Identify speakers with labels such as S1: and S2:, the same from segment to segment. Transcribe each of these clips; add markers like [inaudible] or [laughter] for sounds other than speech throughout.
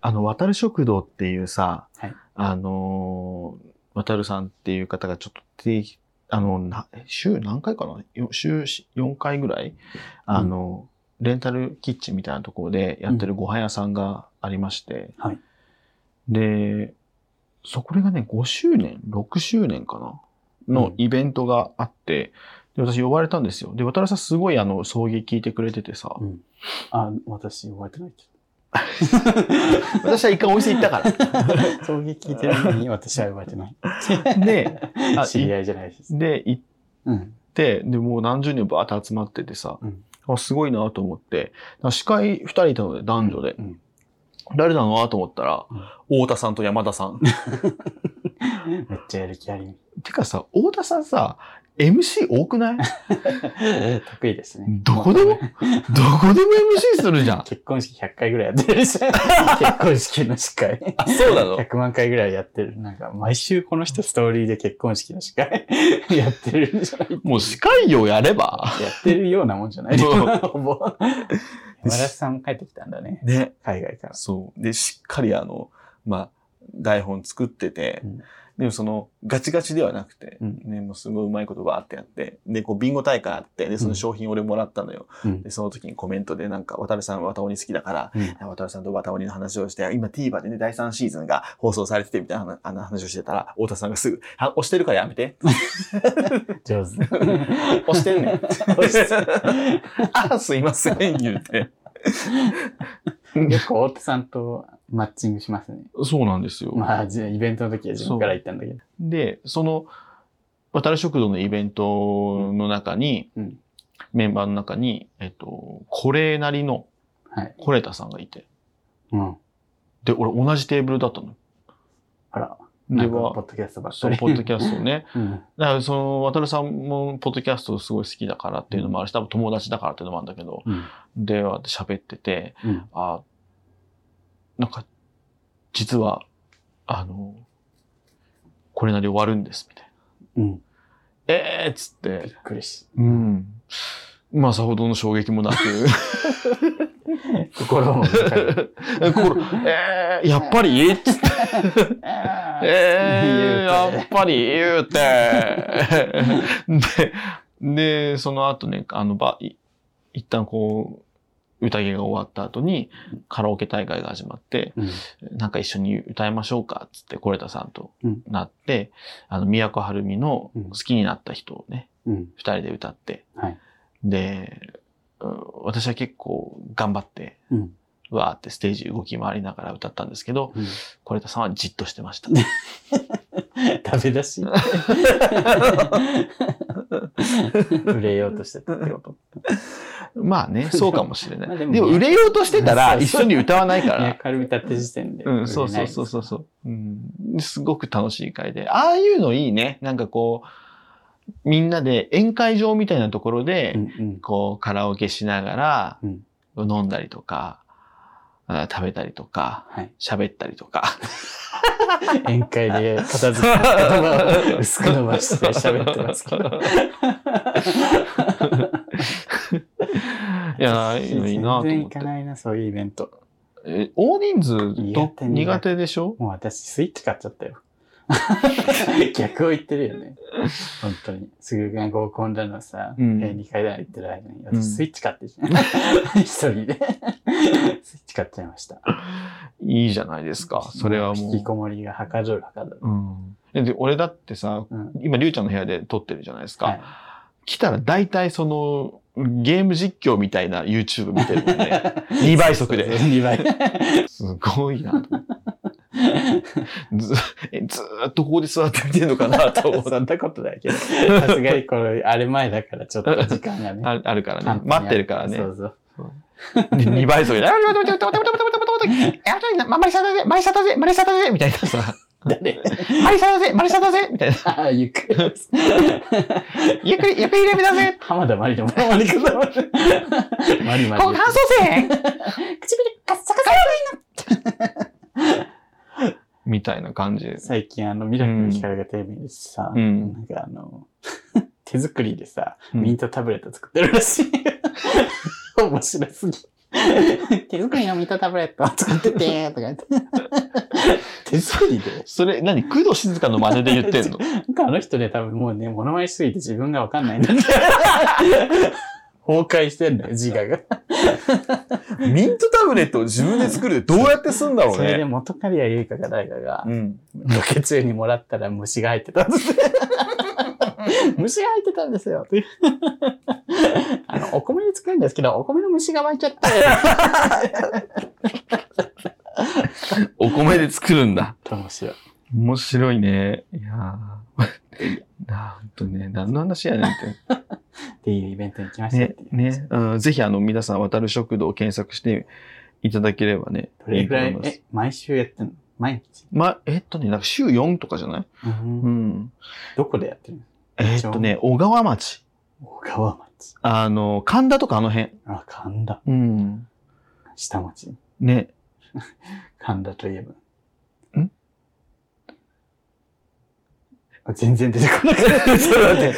S1: あの、渡る食堂っていうさ、
S2: はい
S1: あのー、渡るさんっていう方がちょっと定期、あの、な週何回かなよ週4回ぐらい、あの、レンタルキッチンみたいなところでやってるご飯屋さんがありまして、
S2: はい
S1: で、そこれがね、5周年、6周年かなのイベントがあって、で私呼ばれたんですよ。で、渡るさんすごいあの、送迎聞いてくれててさ、
S2: うん。あ、私、覚えてないけ
S1: 私は一回お店行った
S2: [laughs]
S1: から。
S2: ど。 [laughs] 衝撃聞いてるのに、私は覚えて [laughs] ない。
S1: で、あ
S2: 知り合いじゃないです。
S1: で、行っ
S2: うん。
S1: で、で、もう何十人バーって集まっててさ、
S2: うん
S1: あすごいなと思って、司会二人いたので、男女で。
S2: うん。
S1: 誰だなと思ったら、太田さんと山田さ [laughs] ん。
S2: めっちゃやる気あり。
S1: てかさ、太田さんさ、MC 多くない
S2: 得意ですね。
S1: どこでも、どこでも MC する [laughs] じゃん。
S2: 結婚式100回ぐらいやってるし。 [laughs] 結婚式の司会。
S1: そうな
S2: 100万回ぐらいやってる。なんか、毎週この人ストーリーで結婚式の司会 [laughs] やってるんじゃない
S1: もう司会をやれば。
S2: やってるようなもんじゃない
S1: そう
S2: ほぼ。山田さんも帰ってきたんだね。
S1: ね。
S2: 海外から。
S1: そう。で、しっかりあの、まあ、台本作ってて、
S2: うん
S1: でもその、ガチガチではなくて、
S2: うん
S1: ね、もうすごいうまいことバーってやって、で、こう、ビンゴ大会あって、で、その商品俺もらったのよ。
S2: うん
S1: で、その時にコメントでなんか、渡るさんは渡鬼好きだから、
S2: うん
S1: 渡るさんと渡鬼の話をして、今 TVer でね、第3シーズンが放送されててみたいな話あの話をしてたら、太田さんがすぐ、あ、押してるからやめて。[laughs]
S2: 上 [laughs] 手。
S1: 押してんねん。
S2: 押して
S1: [laughs] あ、すいません、言うて。
S2: よく大手さんとマッチングしますね。
S1: そうなんですよ
S2: まあ、じゃあイベントの時は自分から行ったんだけど。
S1: で、その、渡る食堂のイベントの中に、
S2: うん
S1: メンバーの中に、えっと、これなりの、
S2: はい。
S1: コレタさんがいて、
S2: うん。
S1: で、俺同じテーブルだったの。
S2: あら。
S1: で
S2: なんかポ
S1: は、
S2: ッドキャストばっ
S1: そ
S2: か
S1: の
S2: り。
S1: ポッドキャストをね、
S2: うん。
S1: だからその、渡るさんも、ポッドキャストすごい好きだからっていうのもあるし、多分友達だからっていうのもあるんだけど、
S2: うん。
S1: で、喋ってて、
S2: うん。
S1: あ、なんか、実は、あの、これなり終わるんです、みたいな。
S2: うん。
S1: えーっつって
S2: びっ、くりし。
S1: うん。まあ、さほどの衝撃もなく。
S2: 心も動かれる。
S1: 心、えー、やっぱりつってえー、
S2: 言うて
S1: やっぱり言うて。で、で、その後ね、あの、ば、い一旦こう、宴が終わった後に、カラオケ大会が始まって、
S2: うん
S1: なんか一緒に歌いましょうか、つって、コレタさんと
S2: うん
S1: なって、あの、宮古春美の好きになった人をね、
S2: うん。
S1: 二人で歌って、
S2: はい
S1: で、うん私は結構頑張って、
S2: うん
S1: わーってステージ動き回りながら歌ったんですけど、
S2: うん
S1: コレタさんはじっとしてま
S2: [laughs]
S1: した。
S2: 食べ出し。売れようとしてたってこと。
S1: まあね、そうかもしれな
S2: まあ
S1: い。
S2: で
S1: で
S2: も
S1: も売れようとしてたら
S2: そう
S1: 一
S2: そう
S1: 緒に歌わないか
S2: いや、
S1: ら。
S2: 軽み立って時点で。
S1: うん、そうそうそうそうそう、うん。すごく楽しい会で。ああいうのいいね。なんかこう、みんなで宴会場みたいなところで、
S2: うんうん。
S1: こうカラオケしながら、
S2: うん
S1: 飲んだりとか、あ食べたりとか、
S2: はい。
S1: 喋ったりと
S2: [laughs]
S1: か。
S2: 宴会で片付けた言葉を薄く伸ばして喋ってますけど。
S1: [laughs] いや、いいのいいなと
S2: 全然
S1: 思っ
S2: 行
S1: て
S2: か。ないな、そういうイベント。
S1: え大人数
S2: 苦
S1: と
S2: 手
S1: 苦手でしょ
S2: もう私、スイッチ買っちゃったよ。 [laughs] 逆を言ってるよね。本当に。すぐが合コンだのさ、
S1: うん
S2: えー二階段行ってる間に、
S1: うん
S2: 私、スイッチ買ってき
S1: [laughs]
S2: た。一人で。スイッチ買っちゃいました。
S1: いいじゃないですか。それはも
S2: 引きこもりがはかどるはかどる。
S1: う。うんえで俺だってさ、
S2: うん。
S1: 今、りゅうちゃんの部屋で撮ってるじゃないですか。
S2: はい
S1: 来たら大体その、ゲーム実況みたいな YouTube 見てるもんね。2倍速
S2: [laughs]
S1: で。
S2: 2倍。
S1: すごいなと思って。 [laughs] ずえずーっとここで座って見てるのかなと思って。
S2: [laughs] そんなことない
S1: [laughs]
S2: けど。さすがにこれ、あれ前だからちょっと時間がね。
S1: ああるから
S2: パン
S1: ね
S2: パ。ンにあ
S1: 待ってるからね
S2: そ。うそう。
S1: 2倍速で。あ待って待って待って待って待って待って待って待ってえあとになまマリサだぜマリサだぜマリサだぜみたいなさ。
S2: 誰
S1: マリサだぜマリサだぜみたいな。
S2: ああ、ゆっくり。 [laughs]
S1: ゆっくり、ゆっくりレベだぜ
S2: 浜田マリのモノマネくだまる。マリマリ。
S1: こう乾燥せえへん唇カッサカサみたいな感じで。
S2: 最近あの、ミラクルの光がテレビでさ、
S1: うん
S2: なんかあの、手作りでさ、
S1: うん
S2: [laughs] ミントタブレット作ってるらしい。面白すぎ。手作りのミタタブレットを使ってて、とか言って。手作りで
S1: それ、何工藤静香の真似で言ってんの
S2: なんかあの人ね、多分もうね、物まねしすぎて自分がわかんないんだって。崩壊してんだよ、自我が。
S3: ミントタブレットを自分で作るってどうやってすんだろう
S2: それで
S3: ね。
S2: 元カリア優香か誰かが、
S3: うん。
S2: ロケ中にもらったら虫が入ってたんですね虫が入ってたんですよ。ってあの、お米で作るんですけど、お米の虫が湧いちゃって。
S1: お米で作るんだ。
S2: 面白い。
S1: 面白いね。いやーなあほんとね、何の話やねんって。
S2: っていうイベントに来ました
S1: ね
S2: っていう、
S1: ね、うん、ぜひあの皆さん、渡る食堂を検索していただければね。
S2: どれぐら
S1: いい
S2: い
S1: と思いま
S2: え
S1: す、
S2: 毎週やってんの毎日、
S1: ま、えっとね、なんか週4とかじゃないうん。
S2: どこでやってるの
S1: えっとね、小川町。
S2: 小川町。
S1: あの、神田とかあの辺。
S2: あ、神田。
S1: うん。
S2: 下町。 [laughs]
S1: ね。
S2: 神田といえば。
S1: ん
S2: あ全然出てこな
S1: [laughs]
S2: かった。
S3: ちょっと待って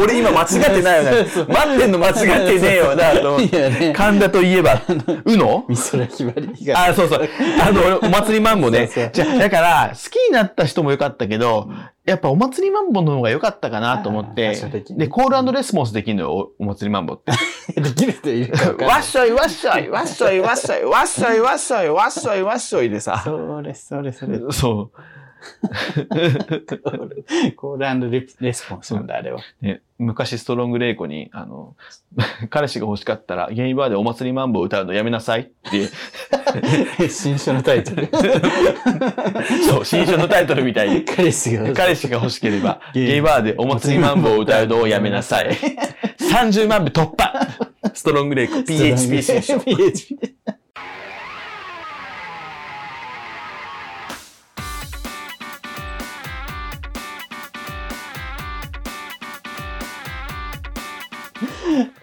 S3: 俺今間違ってないよ
S2: [laughs]
S3: ね
S2: そうそう
S3: 待ってんの間違ってねえよな、と思って
S2: いやね。
S3: 神田といえ
S2: [laughs]
S3: ば、うの
S2: 美空ひばりが。
S3: あ、そうそう。あの、俺お祭りマンボね。
S2: そうそう
S1: じゃあ、だから、好きになった人も良かったけど、やっぱお祭りマンボの方が良かったかなと思っ
S2: あ
S1: て
S2: ー場所的、に
S1: で、コールレスポンスできるのよ、おお祭りマンボって。
S2: できる人いるか分かんな
S3: わっ
S2: い
S3: しょいわっしょい、わっしょいわっしょい、わっしょいわっしょい、わっしょいわっしょいでさ。
S2: それそれそれ。
S1: そ
S2: コールレレスポンスなんだ、あれは。
S1: う、ね。昔、ストロングレイコに、あの、彼氏が欲しかったら、ゲイバーでお祭りマンボを歌うのやめなさいって、
S2: [laughs] 新書のタイトル。
S1: そう、新書のタイトルみたいに。
S2: [laughs] 彼氏が。
S1: [laughs] 彼氏が欲しければ、
S2: ゲイ
S1: [laughs] ゲイバーでお祭りマンボを歌うのをやめなさ [laughs] い。30万部突破ストロングレイク [laughs] PHP 新書。
S2: PHP で。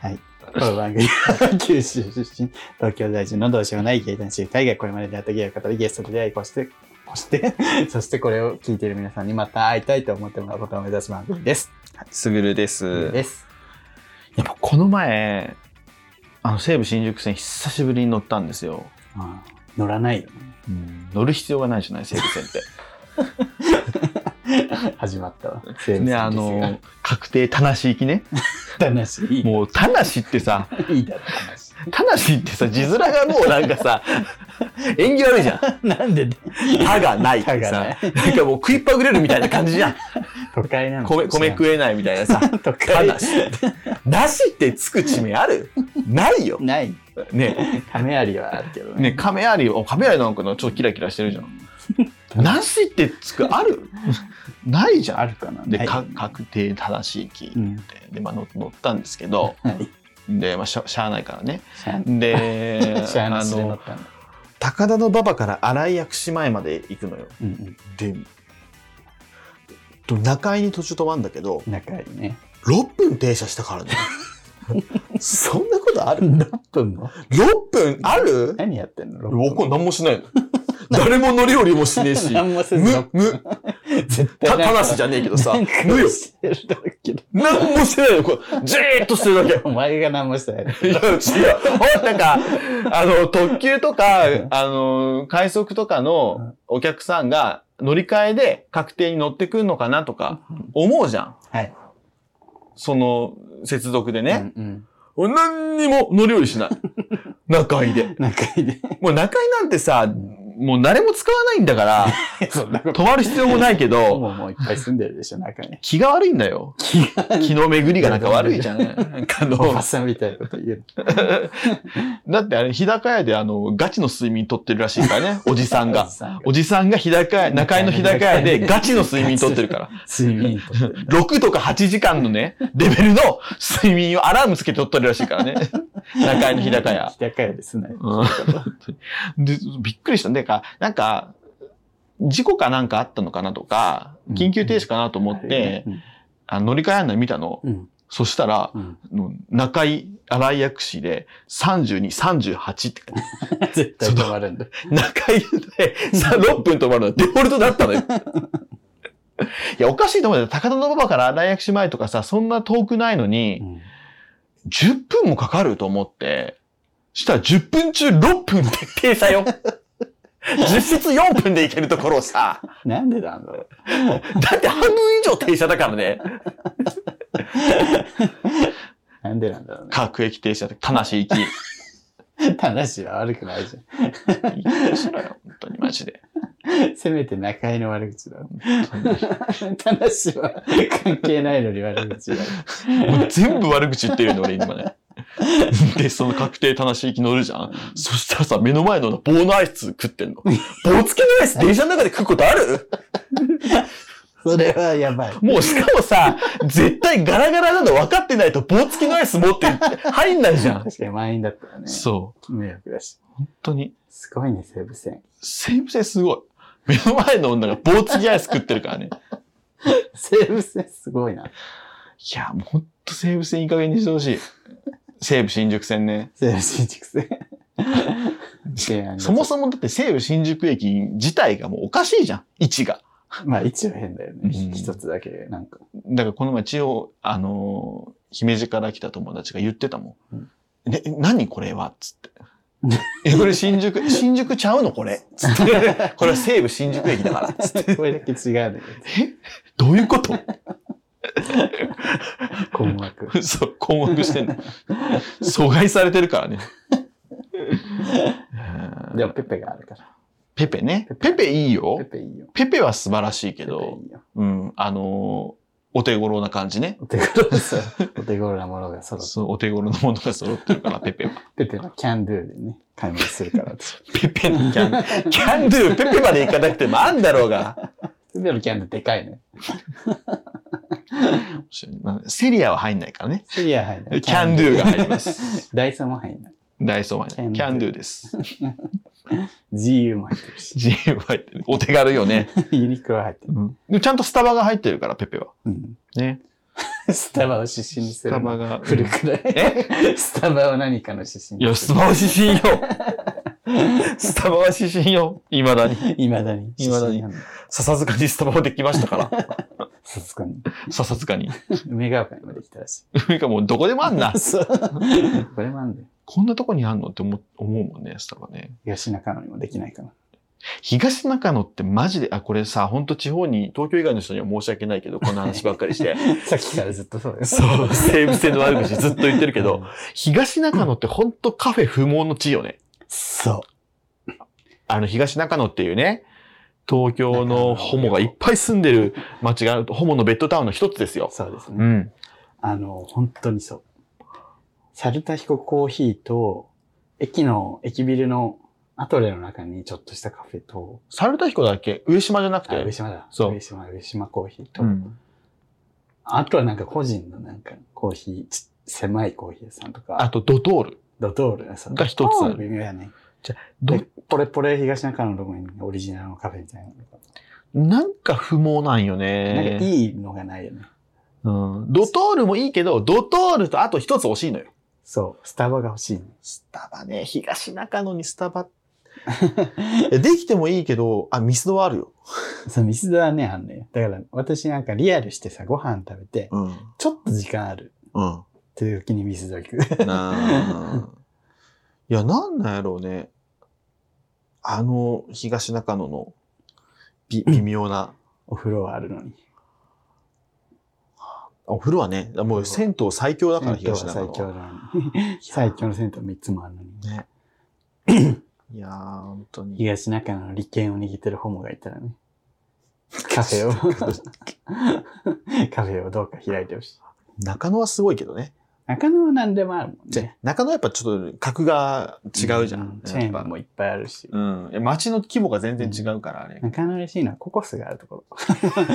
S2: はい。この番組は九州出身、東京在住のどうしようもない芸男子海外これまで出会った芸の方でゲストと出会いこうして、こうして、 [laughs] そしてこれを聞いている皆さんにまた会いたいと思ってもらうことを目指す番組です。
S3: すぐるです。
S2: です。
S1: やっぱこの前、あの西武新宿線久しぶりに乗ったんですよ。
S2: まあ乗 [laughs] らないよ
S1: 乗る必要がないじゃない、西武線 [laughs] って。
S2: ね。始まったわ。セーブ
S1: ね、
S2: さ
S1: あ
S2: んですが
S1: の、確定、田無行きね。
S2: 話いい
S1: もう、田無ってさ、
S2: いいだろ話
S1: 田無ってさ、字面がもうなんかさ、 [laughs] 縁起悪いじゃん。
S2: なんでね
S1: 歯がないって [laughs]
S2: 歯がな
S1: さ、なんかもう食いっぱぐれるみたいな感じ [laughs] じゃん。
S2: 都会なの
S3: 米、米食えないみたいなさ。
S2: 都
S3: た
S2: 会
S3: だし。なしってつく地名あるないよ。
S2: ない
S1: ね、
S2: 亀有はあるけどね
S1: ね、亀有、お亀有なんかのちょっとキラキラしてるじゃん。なしってつく、あるないじゃ
S2: あ
S1: ん。
S2: るかな
S1: で、
S2: ない
S1: か確定、正しい行きっ
S2: う
S1: て。
S2: ん
S1: で、まあ、乗乗ったんですけど、
S2: はい
S1: で、まあ、しゃしゃあないからね。
S2: シャン、
S1: で [laughs]
S2: シャン
S1: あ
S2: のすれ乗
S1: の
S2: っ、たんだ
S1: 高田の馬場から新井薬師前まで行くのよ。
S2: うん
S1: で、と中井に途中止まんだけど
S2: う、ん仲いいね
S3: 6分停車した
S1: [laughs]
S3: からね。そんなことある
S2: 6分も
S3: ?6 分ある
S2: 何やってんの
S3: 僕は何もしないの。誰も乗り降りもしねえし。
S2: 何もせず
S3: む、む、
S2: 絶
S3: た、た
S2: 対
S3: だ
S2: な
S3: しじゃねえけどさ
S2: ん。か
S3: 無よ。
S2: してるだろうけど
S3: 何もしてないの。こうじーっとしてるだけ。
S2: お前が何もしてない
S3: いや、違う。
S1: ほらなんか、あの、特急とか、あの、快速とかのお客さんが乗り換えで確定に乗ってくるのかなとか思うじゃん。
S2: はい
S1: その、接続でね。
S2: うんうん
S1: 俺何にも乗り降りしない。 [laughs] 中井で。
S2: 仲いいね
S1: もう中井なんてさ、もう誰も使わないんだから、
S2: そんなこと
S1: 止まる必要もないけど、
S2: もうもういっぱい住んでるでしょ中に
S1: 気が悪いんだよ。気の巡りがなんか悪いじゃない。なんかあの
S2: おばさんみたいなこと言う
S1: だってあれ、日高屋であの、ガチの睡眠取ってるらしいから [laughs] ね、おじさん
S2: のお
S1: が
S2: じ。さんが
S1: おじさんが日高屋、中井の日高屋でガチの睡眠取ってるから。
S2: 睡眠とって
S1: 6とか8時間のね、レベルの睡眠をアラームつけて取ってるらしい [laughs] からね。中井の日高屋。
S2: 日高屋ですね
S1: うんで、びっくりした。なんか、なんか、事故かなんかあったのかなとか、緊急停止かなと思って、あの乗り換え案内見たの。
S2: うん
S1: そしたら、
S2: うん
S1: あの中井新井薬師で32、38って書いてある
S2: 絶対止まるんだ。
S1: [laughs] 中井でさ6分止まるのはデフォルトだったのよ。 [laughs] いや、おかしいと思うんだよ。高田馬場から新井薬師前とかさ、そんな遠くないのに、10分もかかると思って、したら10分中6分で
S3: ペーサよ。実質4分でいけるところをさ、
S2: なんでなんだろう。
S3: だって半分以上停車だからね。
S2: なんでなんだろうね。
S1: 各駅停車で、田無行き。
S2: 話は悪くないじ
S1: いいしろよ、本当にマジで。
S2: ゃん。せめて中井の悪口だろ。話は関係ないのに悪口だろ。
S1: もう全部悪口言ってるの、俺今
S3: [laughs]
S1: ね。で、その確定田無行き乗るじゃん。そしたらさ、目の前の棒のアイス食っ
S3: [laughs]
S1: てんの。
S3: 棒付けのアイス電車の中で食うことある
S2: それはやばい。
S3: もうしかもさ、絶対ガラガラなの分かってないと棒付きのアイス持って入んないじゃん。
S2: 確かに満員だったらね。
S1: そう。
S2: 迷惑だし。
S1: 本当に。
S2: すごいね、西武線。
S1: 西武線すごい。目の前の女が棒付きアイス食ってるからね。
S2: 西武線すごいな。
S1: いや、もうほんと西武線いい加減にしてほしい。西武新宿線ね。
S2: 西武新宿線。西安
S1: そもそもだって西武新宿駅自体がもうおかしいじゃん。位置が。
S2: まあ一応変だよね。
S1: うん
S2: 一つだけ、なんか。
S1: だからこの前、千代、あのー姫路から来た友達が言ってたもん。ね、何これはっつって。え、これ新 [laughs] 宿、新宿ちゃうのこれ。つ [laughs] って。これは西武新宿駅だから。つって。
S2: これだけ違うのよ。
S1: どういうこと
S2: 困惑。
S1: そう、困惑してんの。阻害されてるから [laughs] ね。
S2: でもペペがあるから。
S1: ペペね。ペペいいよ
S2: ペ。ペいいよ。
S1: ペペは素晴らしいけ
S2: ペペ
S1: ど、
S2: いいよ。
S1: うん、あのーお手頃な感じね。
S2: お手頃な
S1: [laughs]
S2: さ、お手頃なものが揃って、
S1: そう、お手頃のものが揃ってるから、ペペは。
S2: ペペのキャンドゥでね、買い物す
S1: [laughs]
S2: るから。
S1: ペペのキャン
S3: キャンドゥ、ペペまで行かなくてもあんだろうが。
S2: ペペのキャンドゥでかいね。
S1: まあセリアは入んないからね。
S2: シリア入んない。
S1: キャンドゥが入ります。
S2: ダイソーも入んない。
S1: ダイソーは入んない
S2: キ
S1: キ
S2: ャ
S1: ャ
S2: ン
S1: ン
S2: ド
S1: ド
S2: ゥ
S1: ゥです。
S2: GU も入って
S1: [laughs]
S2: るし、
S1: 自由は入ってる。お手軽よね。
S2: ユニクロは入ってる。
S1: でもちゃんとスタバが入ってるから、ペペは。
S2: うん。
S1: ね。
S2: スタバを出身にす
S1: ス
S2: る
S1: タ
S2: の
S1: バ。が。
S2: 古くないスタバを何かの出身
S1: いや、
S2: に
S1: ス
S2: す
S1: タバは指針よ。スタバは指針よ。いまだに。
S2: る。いまだに。
S1: 未だに
S2: 出身なんだ。
S1: 笹塚にスタバはできましたから。
S2: さすがに。
S1: 笹塚に。
S2: 梅ヶ丘にもできたらし
S1: なんかもうどこでもあんな。
S2: い。そう。 [laughs] これもあんだよ。
S1: こんなとこにあんのって思う思うもんね、スタバね。
S2: 東中野にもできな
S1: [laughs]
S2: いかな。
S1: 東中野ってマジで、あ、これさ、ほんと地方に、東京以外の人には申し訳ないけど、こんな話ばっかりして。
S2: さっきからずっと [laughs] そうです。
S1: そう、西武線の悪口ずっと言ってるけど、
S2: うん、
S1: 東中野ってほんとカフェ不毛の地よね。
S2: そ
S1: あの、東中野っていうね、東京のホモがいっぱい住んでる街があると、ホモのベッドタウンの一つです
S2: う。
S1: よ。
S2: そうですね。
S1: うん。
S2: あの、本当にそう。猿田彦コーヒーと、駅の、駅ビルのアトレの中にちょっとしたカフェと、
S1: 猿田彦だっけ上島じゃなく
S2: あ、上
S1: て。
S2: 島だ。
S1: そう
S2: 上島、上島コーヒーと、
S1: うん。
S2: あとはなんか個人のなんかコーヒー、ち狭いコーヒー屋さんとか、
S1: あと、ドトール。
S2: ドトールそう
S1: が一つある
S2: ドトール微妙やね。
S1: ど
S2: でポレポレ東中野のとこにオリジナルのカフェみたいなのが。
S1: なんか不毛なんよ
S2: なんか
S1: ね。
S2: いいのがないよね。
S1: うん。ドトールもいいけど、ドトールとあと一つ惜しいのよ。
S2: そう、スタバが欲しいね。
S1: スタバね、東中野にスタバ。えできてもいいけど、あ、ミスドはあるよ。
S2: そう、ミスドはね、あんのよ。だから私なんかリアルしてさ、ご飯食べて、
S1: うん。
S2: ちょっと時間ある
S1: うん。
S2: っていう時にミスド行く。 [laughs]
S1: [laughs] なあいや、なんなんやろうね。あの、東中野の [laughs] び微妙な。
S2: お風呂はあるのに。
S1: お風呂はね、もう銭湯最強だから、
S2: 銭湯は
S1: 東中
S2: 最強
S1: 野。
S2: なのに。 [laughs] 最強の銭湯3つもあるのに。
S1: ね。いやー、本当に。
S2: 東中野の利権を握ってるホモがいたら
S1: [laughs]
S2: ね。カフェを、 [laughs] カフェをどうか開いてほしい。
S1: 中野はすごいけどね。
S2: 中野は何でもあるもん
S1: じゃ
S2: ね。
S1: 中野はやっぱちょっと格が違うじゃん。
S2: チェ
S1: やっ
S2: ー
S1: ぱ
S2: ンもいっぱいあるし。
S1: うん。いや街の規模が全然違うから、あれ。
S2: 中野嬉しいのはココスがあるところ。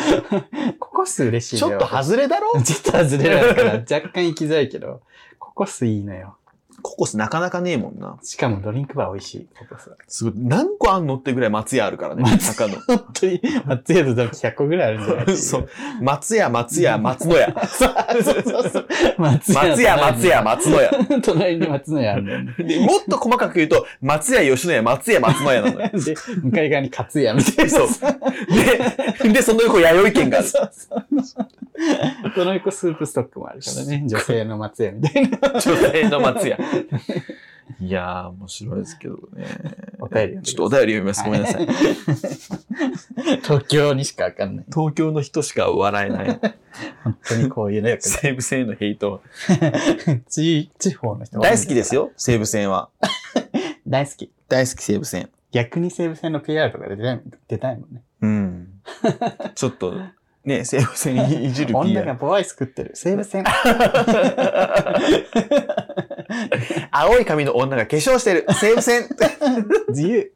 S2: [laughs] ココス嬉しい
S1: ち
S2: の
S1: ょ
S2: よ
S1: っと外れだろ
S2: [laughs] ちょっと外れるから若干行きづらいけど、ココスいいのよ。
S1: ココスなかなかねえもんな。
S2: しかもドリンクバー美味しい、ココスは。
S1: すごい。何個あんのってぐらい松屋あるからね、中 [laughs] 野。
S2: 本当に、松屋と多分100個ぐらいあるんじゃないってい
S1: そう。松屋、松屋、松野屋。 [laughs]
S2: そうそうそう。松
S1: 松屋、松屋、。松野屋。
S2: [laughs] 隣に松屋あるんだよね。
S1: で、もっと細かく言うと、松屋、吉野屋、松屋、松野 [laughs] 屋なのよ。
S2: で、向かい側に勝屋みたいな。
S1: そうで、で、その横、弥生県がある。
S2: そうそうそう。その横スープストックもあるからね。女性の松屋みたいな。
S1: 女性の松屋。い [laughs] いやー、面白いですけどね。
S2: お便りを
S1: ちょっとお便り読みます。ごめんなさい。
S2: 東京にしかわかんない。
S1: 東京の人しか笑えない。 [laughs]
S2: 本当にこういうのよ [laughs] くない
S1: 西武線へのヘイト。
S2: 地地方の人
S1: 大好きです
S2: よ。
S1: よ、西武線は。
S2: 大好き。
S1: 大好き西武線。
S2: 逆に西武線の PR とか出たい出たいもんね。
S1: うん。ちょっと、ね、 [laughs] 西武線いじる
S2: 女
S1: PR
S2: がボアイス食ってる。西武線。
S1: 青い髪の女が化粧してる西武 [laughs] 線
S2: 自由。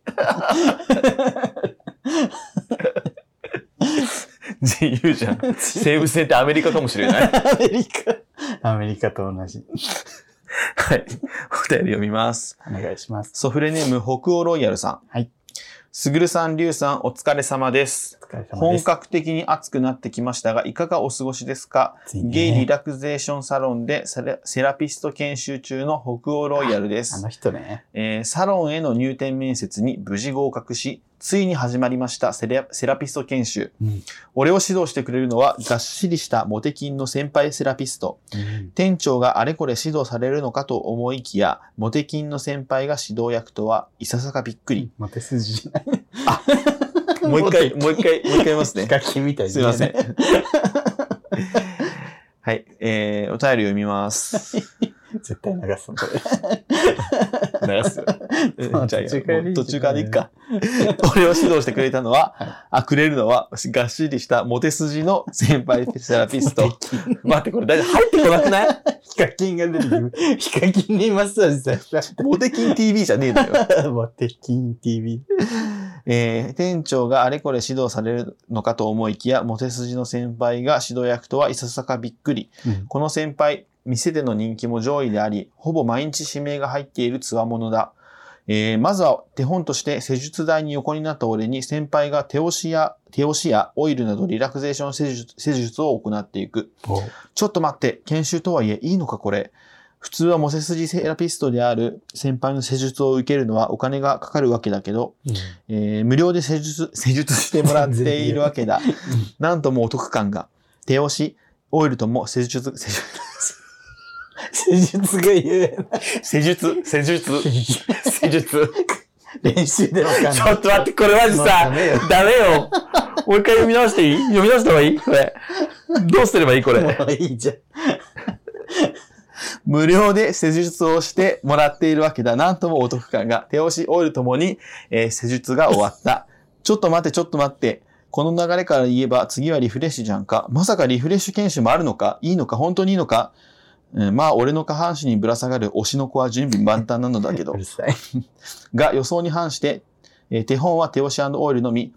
S1: 自由じゃん。 [laughs] 西武線ってアメリカかもしれない。
S2: アメリカ。アメリカと同じ。
S1: はい。お便り読みます。
S2: お願いします。
S1: ソフレネーム北欧ロイヤルさん。
S2: はい。
S1: すぐるさん、りゅうさん、お疲れ様です。
S2: お疲れ様で
S1: 本
S2: す。
S1: 格的に暑くなってきましたが、いかがお過ごしですか
S2: ついね
S1: ゲイリラクゼーションサロンでセラセラピスト研修中の北欧ロイヤルで
S2: あ
S1: す
S2: の。人ね。
S1: えーサロンへの入店面接に無事合格し、ついに始まりましたセラセラピスト研修、
S2: うん
S1: 俺を指導してくれるのは、がっしりしたモテキンの先輩セラピスト。店長があれこれ指導されるのかと思いきや、モテキンの先輩が指導役とは、いささかびっく
S2: [laughs]
S1: り。
S2: モテ筋じゃない。
S1: もう一回、もう一回、もう一回言いますね
S2: ヒ。カキンみたい
S1: [laughs]
S2: に
S1: すいません
S2: [laughs] ね。。
S1: はい、えー、お便り読みます。
S2: 絶対流すのこれ。
S1: 流
S2: [laughs]
S1: す。じゃあ、もう
S2: 途中からでいい
S1: 途中からでいいか。 [laughs] 俺を指導してくれたのは、あ、くれるのは、がっしりしたモテ筋の先輩セラピス
S2: [laughs]
S1: ト。待って、これ大丈夫入ってこなくない
S2: ヒカキンが出てくる。ヒカキンにマッサージされた。
S1: モテキン TV じゃねえのよ。
S2: モテキン TV。
S1: えー店長があれこれ指導されるのかと思いきや、モテ筋の先輩が指導役とはいささかびっくり。
S2: うん
S1: この先輩、店での人気も上位であり、ほぼ毎日指名が入っている強者だ。えーまずは手本として施術台に横になった俺に先輩が手押しや、手押しやオイルなどリラクゼーション施術施術を行っていく。ちょっと待って、研修とはいえいいのかこれ。普通はモセ筋セラピストである先輩の施術を受けるのはお金がかかるわけだけど、えー無料で施術、 [laughs] 施術してもらっているわけだ。なんともお得感が。手押し、オイルとも施術、施術、
S2: 施術が言えない。
S1: 施術、施術、施術。
S2: 練習でわかんない。
S3: ちょっと待って、これマジ
S2: もう
S3: さ
S2: ダ、メよ。
S3: ダメよ。もう一回読み直していい読み直した方がいいこれ。どうすればいいこれ。
S2: もういいじゃん。
S1: 無料で施術をしてもらっているわけだ。なんともお得感が。手押し、オイルともに、えー施術が終わった。 [laughs] ちょっと待って、ちょっと待って。この流れから言えば、次はリフレッシュじゃんか。まさかリフレッシュ研修もあるのかいいのか本当にいいのか、うんまあ、俺の下半身にぶら下がる推しの子は準備万端なのだけど
S2: [laughs] う。るさい。
S1: が予想に反して、えー手本は手押しオイルのみ。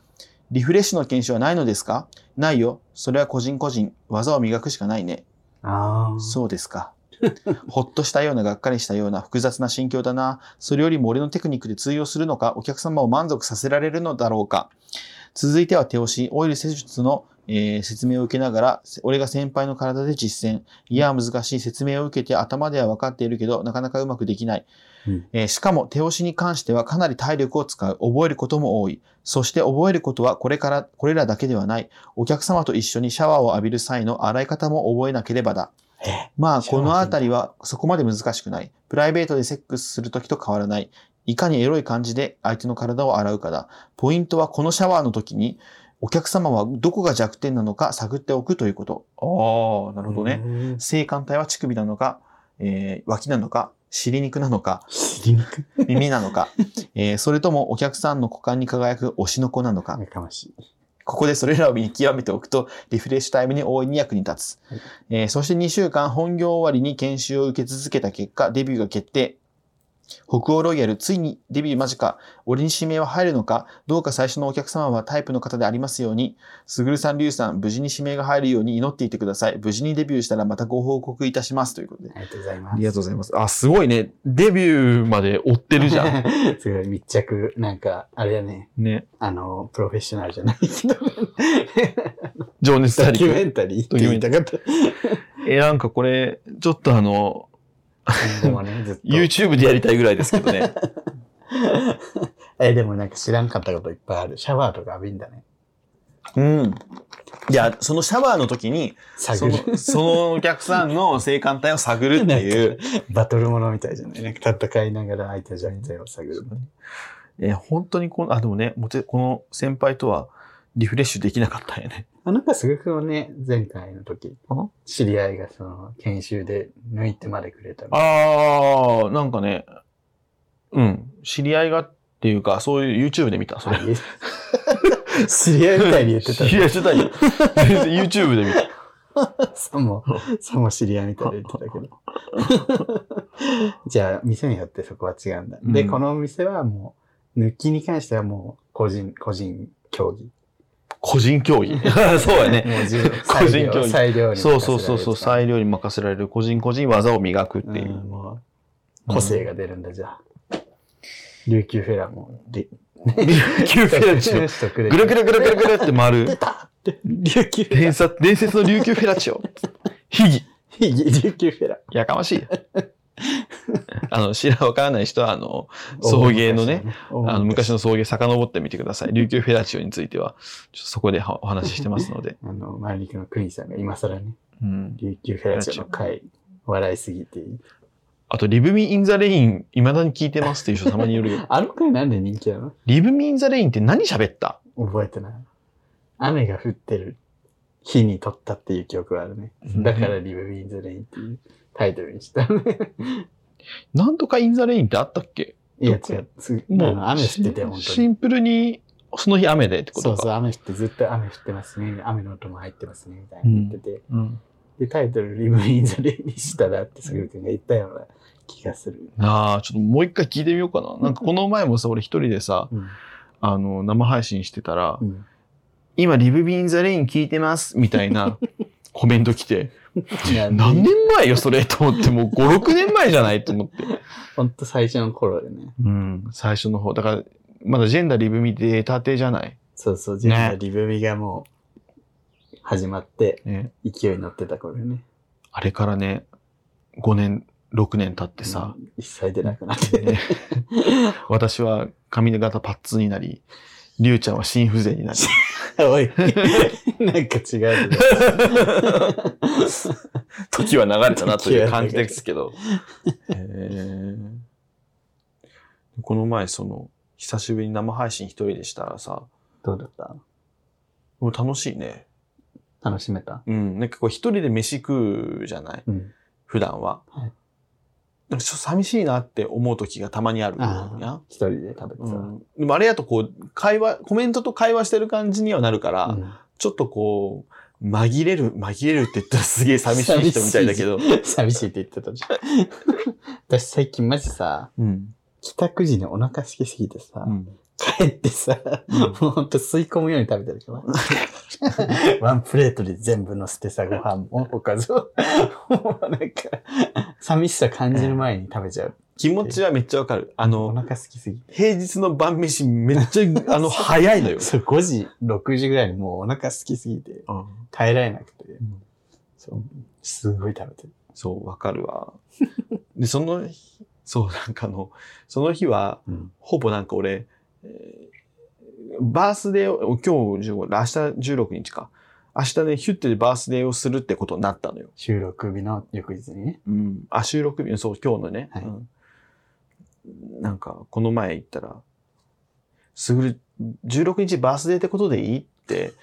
S1: リフレッシュの研修はないのですかないよ。それは個人個人。技を磨くしかないね。
S2: あ
S1: そうですか。ほっとしたような、がっかりしたような、複雑な心境だな。それよりも俺のテクニックで通用するのか、お客様を満足させられるのだろうか。続いては手押し、オイル施術の、えー説明を受けながら、俺が先輩の体で実践。いや、難しい。説明を受けて頭では分かっているけど、なかなかうまくできない。
S2: うん
S1: えーしかも、手押しに関してはかなり体力を使う。覚えることも多い。そして覚えることはこれから、これらだけではない。お客様と一緒にシャワーを浴びる際の洗い方も覚えなければだ。まあ、このあたりはそこまで難しくない。プライベートでセックスするときと変わらない。いかにエロい感じで相手の体を洗うかだ。ポイントはこのシャワーの時に、お客様はどこが弱点なのか探っておくということ。ああ、な
S2: な。。
S1: 性感帯は乳首なのか、えー脇なのか、尻肉なのか、
S2: 知りにく
S1: 耳なの
S3: [laughs]
S1: か、えーそれともお客さんの股間に輝く推しの子なのか、
S2: やかましい。
S1: ここでそれらを見極めておくと、リフレッシュタイムに大いに役に立つ。
S2: はい
S1: えーそして2週間本業終わりに研修を受け続けた結果、デビューが決定。北欧ロイヤル、ついにデビュー間近。俺に指名は入るのかどうか最初のお客様はタイプの方でありますように。すぐるさん、りゅうさん、無事に指名が入るように祈っていてください。無事にデビューしたらまたご報告いたします。ということで。
S2: ありがとうございます。
S1: とうございます。
S3: あ、すごいね。デビューまで追ってるじゃ
S1: [laughs]
S3: ん。
S2: ん。 [laughs] すごい密着、なんか、あれだね、
S3: ね。
S2: あの、プロフェッショナルじゃないけ [laughs] ど、
S3: 情熱
S2: ド
S3: 大
S2: キュ
S3: 陸。
S2: メンタリーって言いたかった。
S3: え、なんかこれ、ちょっとあの、
S2: 今後もね、ずっと。 [laughs]
S3: YouTube でやりたいぐらいですけどね。
S2: え、でもなんか知らんかったこといっぱいある。シャワーとか浴びんだね。
S3: [laughs] うん。いや、そのシャワーの時に、そ
S2: 探る。
S3: の、そのお客さんの性感帯を探るっていう。
S2: バトルものみたいじゃないなんか戦いながら相手じゃん手を探る。
S1: [laughs] えー本当にこの、あ、でもね、もてこの先輩とはリフレッシュできなかったんやね。
S2: あなんかすぐくんはね、前回の時
S1: あ、
S2: 知り合いがその研修で抜いてまでくれたみたい
S1: ああ、なんかね、うん、知り合いがっていうか、そういう YouTube で見た、そ
S3: [laughs]
S1: れ。
S2: な [laughs] 知り合いみたいに言ってた
S1: 知。り [laughs] 合いしてたよ。全然 YouTube で見た。[laughs]
S2: さも、さも知り合いみたいに言ってたけど。
S1: [laughs]
S2: じゃあ、店によってそこは違うんだ。で、
S1: うん
S2: このお店はもう、抜きに関してはもう、個人、個人競技。
S1: 個人競
S3: [laughs]
S1: 技。そうやね。
S2: もう自分
S1: [laughs] 個人競技
S2: 裁量に任せられる
S1: そうそうそうそう、裁量に任せられる個人個人技を磨くっていうう。
S2: ん [laughs] もう個性が出るんだ、じゃあ。琉球フェラも、
S1: [laughs]
S2: で、
S1: 琉球フェラチオ。
S2: 取得
S1: ぐ
S2: で
S1: るぐるぐるぐるぐるって回
S2: [laughs]
S1: る。
S2: 琉球フェラ。
S1: 伝説伝説の琉球フェラチオ。秘技。
S2: [laughs] 琉球フェラ。
S1: やかましい。あの、知らわからない人は、あの、送迎のね、
S2: 大
S1: あの昔
S2: の。
S1: の送迎遡ってみてください。琉球フェラチオについては、ちょっとそこではお話ししてますの
S2: [laughs]
S1: で。
S2: あの、マリクのクリーンさんが今更ね、
S1: うん。
S2: 琉球フェラチオの回、笑いすぎて。
S1: あと、リブミ・イン・ザ・レイン、未だに聞いてますっていう人たまにいる
S2: [laughs]
S1: よ。
S2: あの回なんで人気なの
S1: リブミ・イン・ザ・レインって何喋った
S2: 覚えてない。雨が降ってる日に撮ったっていう記憶があるね。だからリブ・ウィンズ・レインっていうタイトルに [laughs] したね。
S1: なんとかイン・ザ・レインってあったっけ
S2: いや、
S1: どこ
S2: 違う。すあ
S1: もう、
S2: の雨降ってて、本当
S1: シ
S2: に。
S1: ンプルに、その日雨でってこ
S2: そ
S1: と
S2: う
S1: か。
S2: そう、雨降って、ずっと雨降ってますね。雨の音も入ってますね。みたいに言ってて。
S1: うん
S2: で、タイトル、リブ・イン・ザ・レインにしたらって、すぐくんが言ったような気がする。
S1: ああ、ちょっともう一回聞いてみようかな。なんかこの前もさ、俺一人でさ、
S2: うん。
S1: あの、生配信してたら
S2: う、ん、
S1: 今、リブ・ビン・ザ・レイン聞いてます、みたい
S2: [laughs]
S1: なコメント来て、
S2: なん
S1: 何
S2: で
S1: 年前よ、それと思って、もう5、6年
S2: [laughs]
S1: 前じゃないと思って。
S2: ほんと最初の頃でね。
S1: うん、最初の方。だから、まだジェンダー・リブ・ミデータテじゃない。
S2: そうそう、ジェンダーリブ・ビがもう、始まって、
S1: ね。
S2: 勢いに乗ってた頃よね。
S1: あれからね、5年、6年経ってさ、
S2: うん一切出なくなって。
S1: ね私は髪型パッツンになり、リュウちゃんは心不全になり。
S2: [laughs] おい、 [laughs] なんか違うけど。
S1: 時は流れたなという感じ
S2: 時は流れ
S1: で
S2: た
S1: すけど。へーこの前、その、久しぶりに生配信一人でしたらさ、
S2: [laughs] どうだった
S1: もう楽しいね。
S2: 楽しめた
S1: うん。なんかこう一人で飯食うじゃない
S2: うん。
S1: 普段は。
S2: はい
S1: なんかちょっと寂しいなって思う時がたまにある
S2: あ
S1: や。
S2: 一人で食べて
S1: う
S2: さ。
S1: ん、でもあれやとこう、会話、コメントと会話してる感じにはなるから、
S2: うん
S1: ちょっとこう、紛れる、紛れるって言ったらすげえ寂しい人みたいだけど。
S2: 寂しいって言ってたじゃん。 [laughs] 私最近マジさ、
S1: うん。
S2: 帰宅時にお腹空きすぎてさ、
S1: うん
S2: 帰ってさ、もうほんと吸い込むように食べてる [laughs] から。ワンプレートで全部乗せてさ、ご飯もおかずを。 [laughs] もうなんか、寂しさ感じる前に食べちゃう。
S1: [laughs] 気持ちはめっちゃわかる。あ
S2: お
S1: の、
S2: 腹空きすぎて。
S1: 平日の晩飯めっち
S2: [laughs]
S1: ゃ、あの、早いのよ。
S2: そう、5時、6時ぐらいにもうお腹空きすぎて、耐えられなくて。
S1: ん
S2: そう、すごい食べてる。
S1: そう、わかるわ。で、その日、そう、なんかあの、その日は、
S2: うん
S1: ほぼなんか俺、えーバースデーを、今日15、明日16日か。明日ね、ヒュッてでバースデーをするってことになったのよ。
S2: 収録日の翌日にね。
S1: うん、あ収録日そう今日のね、
S2: はい
S1: うんなんかこの前行ったら「すぐる16日バースデーってことでいい?」 [laughs] って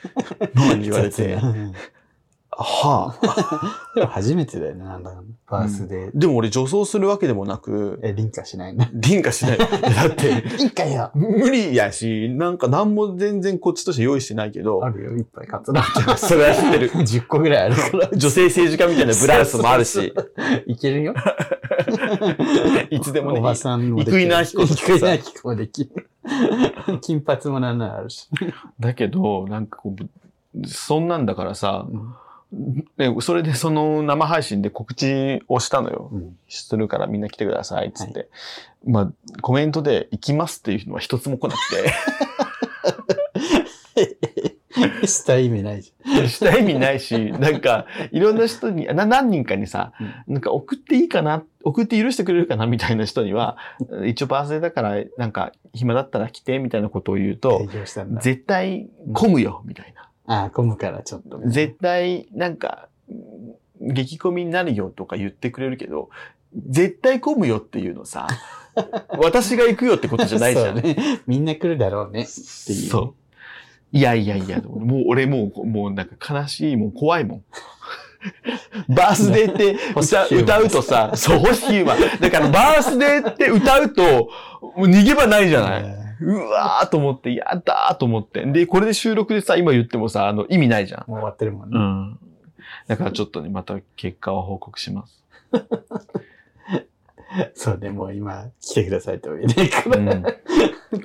S1: ママに言われて
S2: 雑な
S1: 「はあ [laughs]
S2: でも初めてだよね、なんだかんだバースデー。」
S1: でも俺女装するわけでもな [laughs] く
S2: え、凛化しないな。
S1: 凛化しないだって
S2: 凛化よ
S1: 無理やしなんか何も全然こっちとして用意してないけど
S2: あるよ、いっぱいカツラ。 [laughs]
S1: それは知ってる
S2: 10個ぐらいあるから。
S1: [laughs] 女性政治家みたいなブラウスもあ [laughs] るし
S2: いけるよ。
S1: [laughs] いつでもね
S2: おばさんも
S1: 生稲晃子とかさ
S2: 生稲晃子もできる。金髪もなんならあるし。
S1: だけどなんかこうそんなんだからさ
S2: うん
S1: でそれでその生配信で告知をしたのよ。
S2: うん [laughs]
S1: するからみんな来てくださいっつって、まあコメントで「行きます」っていうのは一つも来なく
S2: した意味ないじ
S1: て [laughs] した意味ないしなんかいろんな人にな何人かにさ、なんか送っていいかな送って許してくれるかなみたいな人には一応バースデーだからなんか暇だったら来てみたいなことを言う
S2: ゃん。
S1: と
S2: 営業したんだ。
S1: 絶対混むよみたいな。
S2: ああ、混むからちょっと。
S1: 絶対、なんか、うん激混みになるよとか言ってくれるけど、絶対混むよっていうの [laughs] さ、私が行くよって [laughs] ことじゃないじゃん。
S2: そうね。みんな来るだろうね。っていう。
S1: そう。いやいやいや、もう俺もう、もうなんか悲しいもん、怖いも [laughs] ん。バースデーって
S2: 星
S1: 歌
S2: ヒューマ
S1: 歌
S2: ン
S1: うとさ、そう、星ヒューマン。だからバースデーって歌うと、もう逃げ場ないじゃない。
S2: え
S1: うわーと思って、やだーと思って。で、これで収録でさ、今言ってもさ、あの、意味ないじゃん
S2: ー。もう終わってるもん
S1: う
S2: ね。
S1: ん。だからちょっとね、また結果を報告します。
S2: そうね、もう今、来てくださいって言えないか
S1: う
S2: ら。
S1: ん。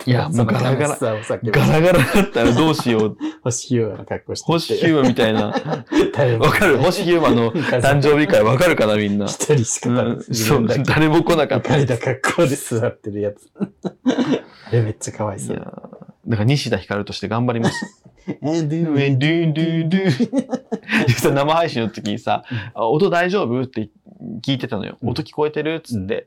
S1: い
S2: [laughs]
S1: や、もうガラガラ、
S2: ラ。お酒
S1: ガラガラだったらどうしよう。
S2: 星ヒューマンの格好して
S1: 星ヒューマンみたいな。
S2: ー
S1: わかる星ヒューマンの誕生日会わかるかな、みん [laughs] な。
S2: 一人しか
S1: うん、そう、
S2: だ
S1: 誰も来なか
S2: 浮
S1: っ
S2: か
S1: た。
S2: れ
S1: い
S2: た格好で座ってる
S1: [laughs]
S2: やつ。あれめっちゃかわいそ
S1: や
S2: う。
S1: だから西田ひかるとして頑張ります。
S2: えー、ド
S1: ド
S2: ゥ
S1: ゥンドゥンドゥンドゥ [laughs] ンさ生配信の時にさ
S2: うん
S1: 「あ音大丈夫?」って聞いてたのよ「
S2: うん
S1: 音聞こえてる?」っつって、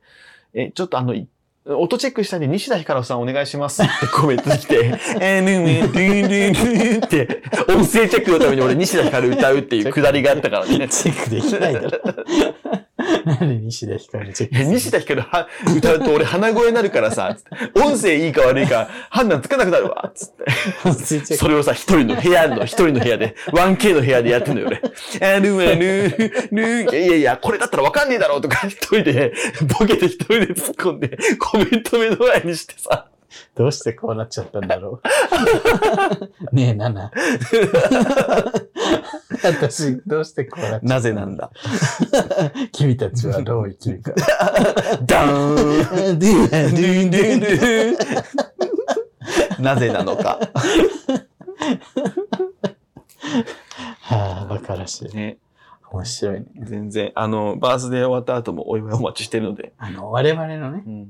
S1: え「ちょっとあのい音チェックしたんで西田ひかるさんお願いします」って [laughs] コメント来て「えーぬんぬんドゥンドゥンドゥン」って音声チェックのために俺西田ひかる歌うっていうくだりがあったからね。
S2: チェックできないだろ。 [laughs] なんで西田ひかるチェック
S1: え西田ひかるは歌うと俺鼻声になるからさ、つって音声いいか悪いか判断つかなくなるわ、つって。
S2: [laughs] 音声チェック
S1: それをさ、一人の部屋の、一人の部屋 [laughs] で、1K の部屋でやってんのよ、俺。あるある、る、いやいやいや、これだったらわかんねえだろうとか、一人で、ボケて一人で突っ込んで、コメント目の前にしてさ、
S2: どうしてこうなっちゃったんだろう。 [laughs] ねえ、ナナ。私、どうしてこうなっちゃった
S1: なぜなんだ。
S2: 君たちはどう生きるか。
S1: ダーン
S2: ドゥンドゥン
S1: ドゥンドゥンド [laughs] ゥンなぜなのか。
S2: [laughs] はあ、バカらしい。
S1: ね、
S2: 面白いね。
S1: 全然、あの、バースデー終わった後もお祝いお待ちしてるので。
S2: あの、我々のね、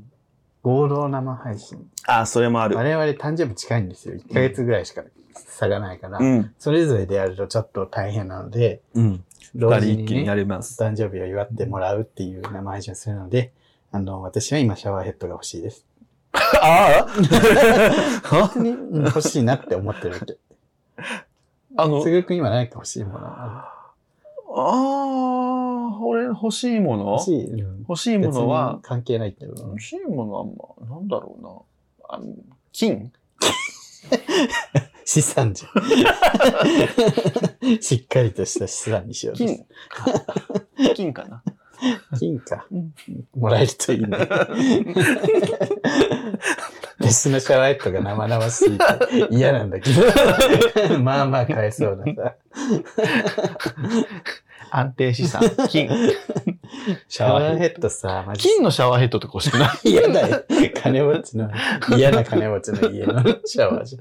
S2: 合同生配信。
S1: ああ、それもある。
S2: 我々誕生日近いんですよ。1ヶ月ぐらいしか差がないから、
S1: うん。
S2: それぞれでやるとちょっと大変なので、
S1: うん。
S2: 同
S1: 二
S2: 時
S1: 人一
S2: に
S1: 気に
S2: ね
S1: やれます。
S2: 誕生日を祝ってもらうっていう生配信をするので、あの、私は今シャワーヘッドが欲しいです。
S1: ああ
S2: 本当にうん欲しいなって思ってるわけ。
S1: [laughs] あの
S2: す、ぐくん今何か欲しいものあ
S1: ああ、俺欲しいもの
S2: る欲しい、うん
S1: 欲しいもの
S2: 別
S1: は
S2: に、関係ないけど。
S1: 欲しいものはあんま、なんだろうな。あの金
S2: 資産じゃ
S1: [laughs]
S2: ん。しっかりとした資産にしようとし
S1: 金金 [laughs] かな。
S2: 金か
S1: うん。
S2: もらえるといい
S1: [laughs]
S2: ね。別のシャワーヘッドが生々しいから嫌なんだけ
S1: [laughs]
S2: ど。まあまあ買えそうなさ。
S1: 安定資 [laughs] 産。金。
S2: シャワーヘッドさ、マジ
S1: 金のシャワーヘッドとか欲しくない
S2: 嫌だよ。 [laughs] 金持ちの、嫌な金持ちの家のシャワーじ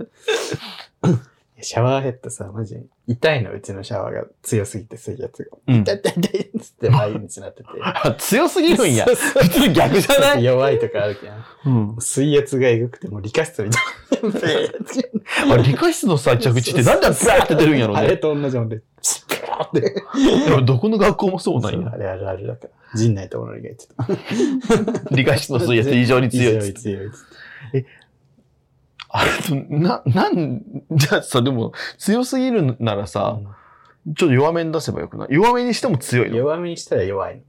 S2: ゃ [laughs] ん。シャワーヘッドさ、マジ痛いの、うちのシャワーが強すぎて水圧が。
S1: うん
S2: 痛い痛い痛いっつって毎日なってて。
S1: [laughs] あ強すぎるんや [laughs]
S2: そ。うそう
S1: 普通逆じゃない
S2: 弱いとかあるけど。
S1: うん。
S2: 水圧がえぐくて、もう理科室みたいな。
S1: あ、理科室のさ、着地ってなんであれザーって出るんやろ
S2: あれ
S1: ね。
S2: と同じもんで、シッカーって。
S1: でもどこの学校もそうなん
S2: そう
S1: や。
S2: あれあるあるだから。陣内智則が言ってた。
S1: 理科室の水圧異常に強いっつって。
S2: 強いっつって。
S1: あれと、な、なん、じゃあさ、でも、強すぎるならさ、ちょっと弱めに出せばよくない弱めにしても強いの。
S2: 弱めにしたら弱いの。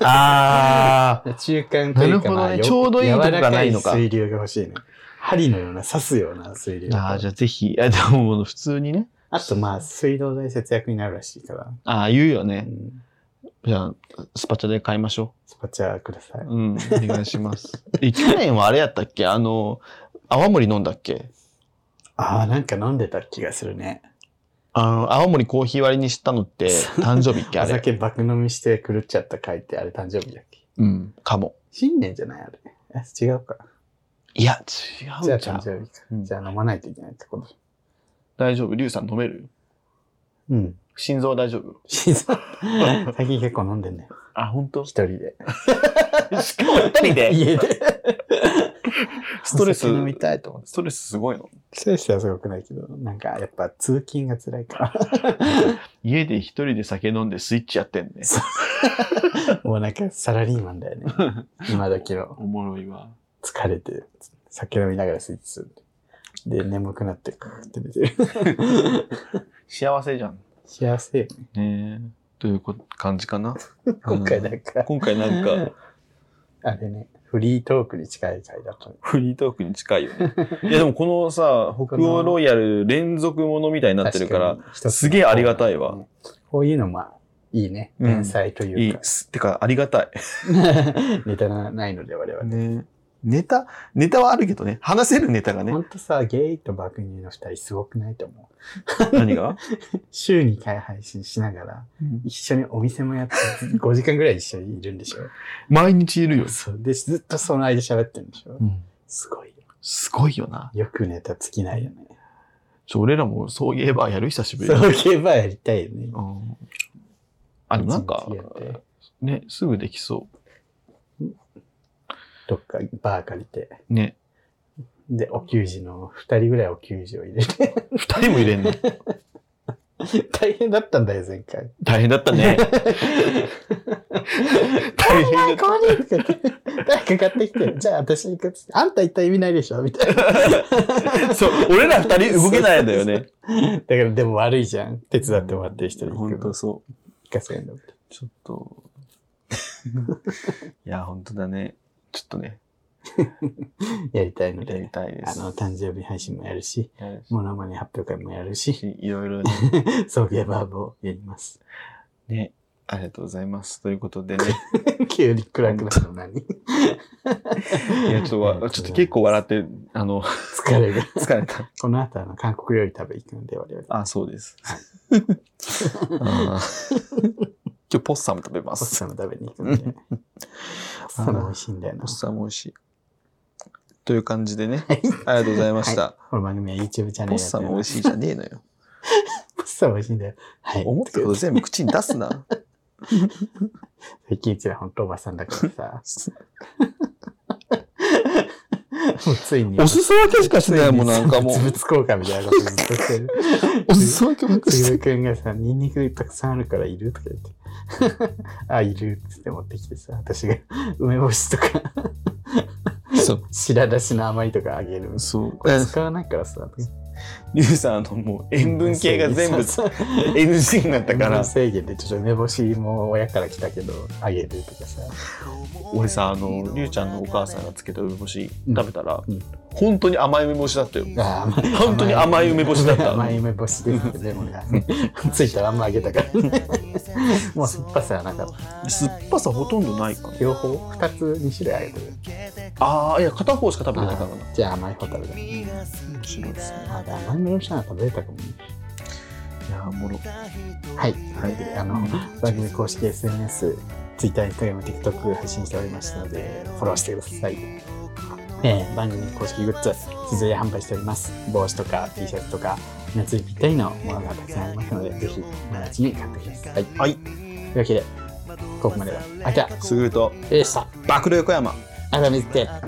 S1: ああ。
S2: 中間という
S1: なるほ
S2: かま
S1: ど
S2: あ、
S1: ね
S2: よ
S1: ちょうどいいとこがないのか
S2: 柔らい水流が欲しいね。針のような、刺すような水流。
S1: あ
S2: あ
S1: あ、じゃあぜひ、あでも普通にね。
S2: と、まあ、水道代節約になるらしいから。
S1: ああ、言うよ
S2: う
S1: ね。
S2: ん、
S1: じゃあ、スパチャで買いましょ
S2: スパチャください。
S1: う。うん、お願いします。 [laughs] え、去年はあれやったっけあの、泡盛飲んだっけ
S2: ああ、なんか飲んでた気がするね。
S1: あの、泡盛コーヒー割りにしたのって、誕生日っけあ
S2: お
S1: れ。
S2: 酒爆飲みして狂っちゃった回って、あれ誕生日だっけ
S1: うん、かも。
S2: 新年じゃないあれ。え違うか。
S1: いや、違
S2: じゃ
S1: う
S2: あ
S1: じゃ
S2: 誕
S1: ん。
S2: 生日か。
S1: うん
S2: じゃあ飲まないといけないってこと。
S1: 大丈夫リュウさん飲める
S2: うん。
S1: 心臓大丈夫
S2: 心臓
S1: [laughs]
S2: 最近結構飲んでんね。
S1: あ、本当
S2: 一人で。
S1: しかも [laughs] 一人で、
S2: 家で。
S1: [laughs] ストレス
S2: お酒飲みたいと思って
S1: ストレスすごいの。
S2: ストレスはすごくないけど、なんかやっぱ通勤が辛いか
S1: 家で一人で酒飲んでスイッチやってんね。 [laughs]
S2: ら。もうなんかサラリーマンだよね。今時の
S1: おもろいわ。
S2: 疲れて、酒飲みながらスイッチする。で、眠くなって、カーって出
S1: [laughs]
S2: てる。
S1: 幸せじゃん。
S2: 幸せよ。
S1: ねえ。というこ感じか [laughs] な。
S2: 今回なんか、
S1: 今回なん [laughs] か、
S2: あれね、フリートークに近い回だったね。
S1: フリートークに近いよね。いやでもこのさ、北欧ロイヤル連続ものみたいになってるから、
S2: 確に、
S1: すげえありがたいわ
S2: 一つのコーナーだね。こういうの、まあ、いいね。
S1: うん
S2: 連載と
S1: い
S2: いう
S1: い
S2: か。。
S1: すてか、ありがたい。
S2: [laughs] ネタがないので、我々。
S1: ねネタ、ネタはあるけどね。話せるネタがね
S2: ほ。んとさ、ゲイと爆乳の二人すごくないと思う。
S1: 何 [laughs] が
S2: 週2回配信しながら、一緒にお店もやって、5時間ぐらい一緒にいるんでしょ。
S1: 毎日いるよ。
S2: そう。で、ずっとその間喋ってるんでしょ。すごいよ。
S1: すごいよな。
S2: よくネタ尽きないよね。
S1: ちょ、俺らもそういえばやる久しぶりだ
S2: そういえばやりたいよね。
S1: うんあ、でもなんか
S2: 一、日やって
S1: ね、すぐできそ
S2: どっかバー借りて。
S1: う。ね。
S2: で、お給仕の、二人ぐらいお給仕を入れて。 [laughs]
S1: 二人も入れんの
S2: 大変だったんだよ、前回。
S1: [laughs] 大変だった [laughs] ね。大変だっ
S2: これとかって誰か買ってき
S1: [laughs]
S2: て、じゃあ私に買ってきて、あんた一体意味ないでしょみたいな。
S1: た。 [laughs] そう、俺ら二人動けないんだよ [laughs] ね。
S2: [laughs] だからでも悪いじゃん。手伝ってもらってる人に行
S1: 本
S2: く
S1: 当
S2: の。
S1: そ
S2: 稼いんだもん
S1: う。ちょっと。 [laughs] いや、本当だね。ちょっとね、
S2: やりたいの
S1: やり
S2: で。
S1: たいで
S2: あ
S1: す。
S2: の、誕生日配信もやるし、
S1: やるし
S2: モノマネ発表会もやるし、 [laughs]
S1: いろいろね。
S2: 送迎バーブをやります。 [laughs]
S1: ね、ありがとうございます。ということ [laughs] でね、
S2: 急に暗くなるの
S1: [laughs]
S2: 何
S1: いやちょっと
S2: [laughs]
S1: わちょっと結構笑って、あの、
S2: 疲れる。
S1: 疲れた。
S2: この後、あの、韓国料理食べ行くので、我々。
S1: あ、そうです。 [laughs] あー [laughs] 今日ポッサム食べま
S2: ポッ
S1: す。
S2: サム食べに行
S1: [laughs]
S2: くので。ポッサム美味しいんだよな
S1: ポッ。サム美味しい。という感じでね、ありがとうございました。
S2: この番組は YouTube チャンネル
S1: ポッサム美味
S2: しい。
S1: しいじゃねえのよ。
S2: ポッサム美味しいんだよ。はい。
S1: 思ったこと全部口に出すな。
S2: 最近うちら本当おばさんだからさ。もうついに。
S1: おすそ分けしかしないもん、なんかもう
S2: [laughs] つ。ぶつ交換みたいなことずっとしてる。
S1: [laughs] おすそ分けばっか
S2: つ
S1: し
S2: ぶ
S1: て。
S2: くんがさ、ニンニクたくさんあるからいるとか言って。あ、いるっつって持ってきてさ、私が梅干しとか、
S1: そう。
S2: 白だしの甘いとかあげる。
S1: そう。
S2: これ
S1: え
S2: 使わないからさ。
S1: リュウさん、あの、もう塩分系が全部
S2: そうそう
S1: [laughs] NG になったか
S2: 塩分
S1: ら、
S2: 制限でちょっと梅干しも親から来たけどあげるとかさ
S1: 俺さ、あの、リュウちゃんのお母さんがつけた梅干し食べたら
S2: うんうん、
S1: 本当に甘い梅干しだったよ。
S2: あー
S1: 本当に甘い梅干しだった。
S2: 甘い梅干しですってレモンがついたらあんまあげたからもう酸っぱさはなかった
S1: 酸っぱさほとんどないかな。
S2: 両方2つ2種類あげてる
S1: ああ、いや、片方しか食べてないからな。
S2: じゃあ甘い方食べた面白いですねあ甘い梅干しなんか食べれたかもね
S1: いやー、おもろ。
S2: はい、はい、あの番組公式 SNS ツイッター、インスタグラム、TikTok 配信しておりますので、フォローしてください。えー番組公式グッズ、続いて販売しております。帽子とか T シャツとか、夏にぴったりのものがたくさんありますので、ぜひ、友達に買ってください。
S1: はい
S2: というわけで、ここまでは、あきら
S1: すぐると、
S2: でした。
S1: 爆力山。
S2: あらみつけ。
S4: 「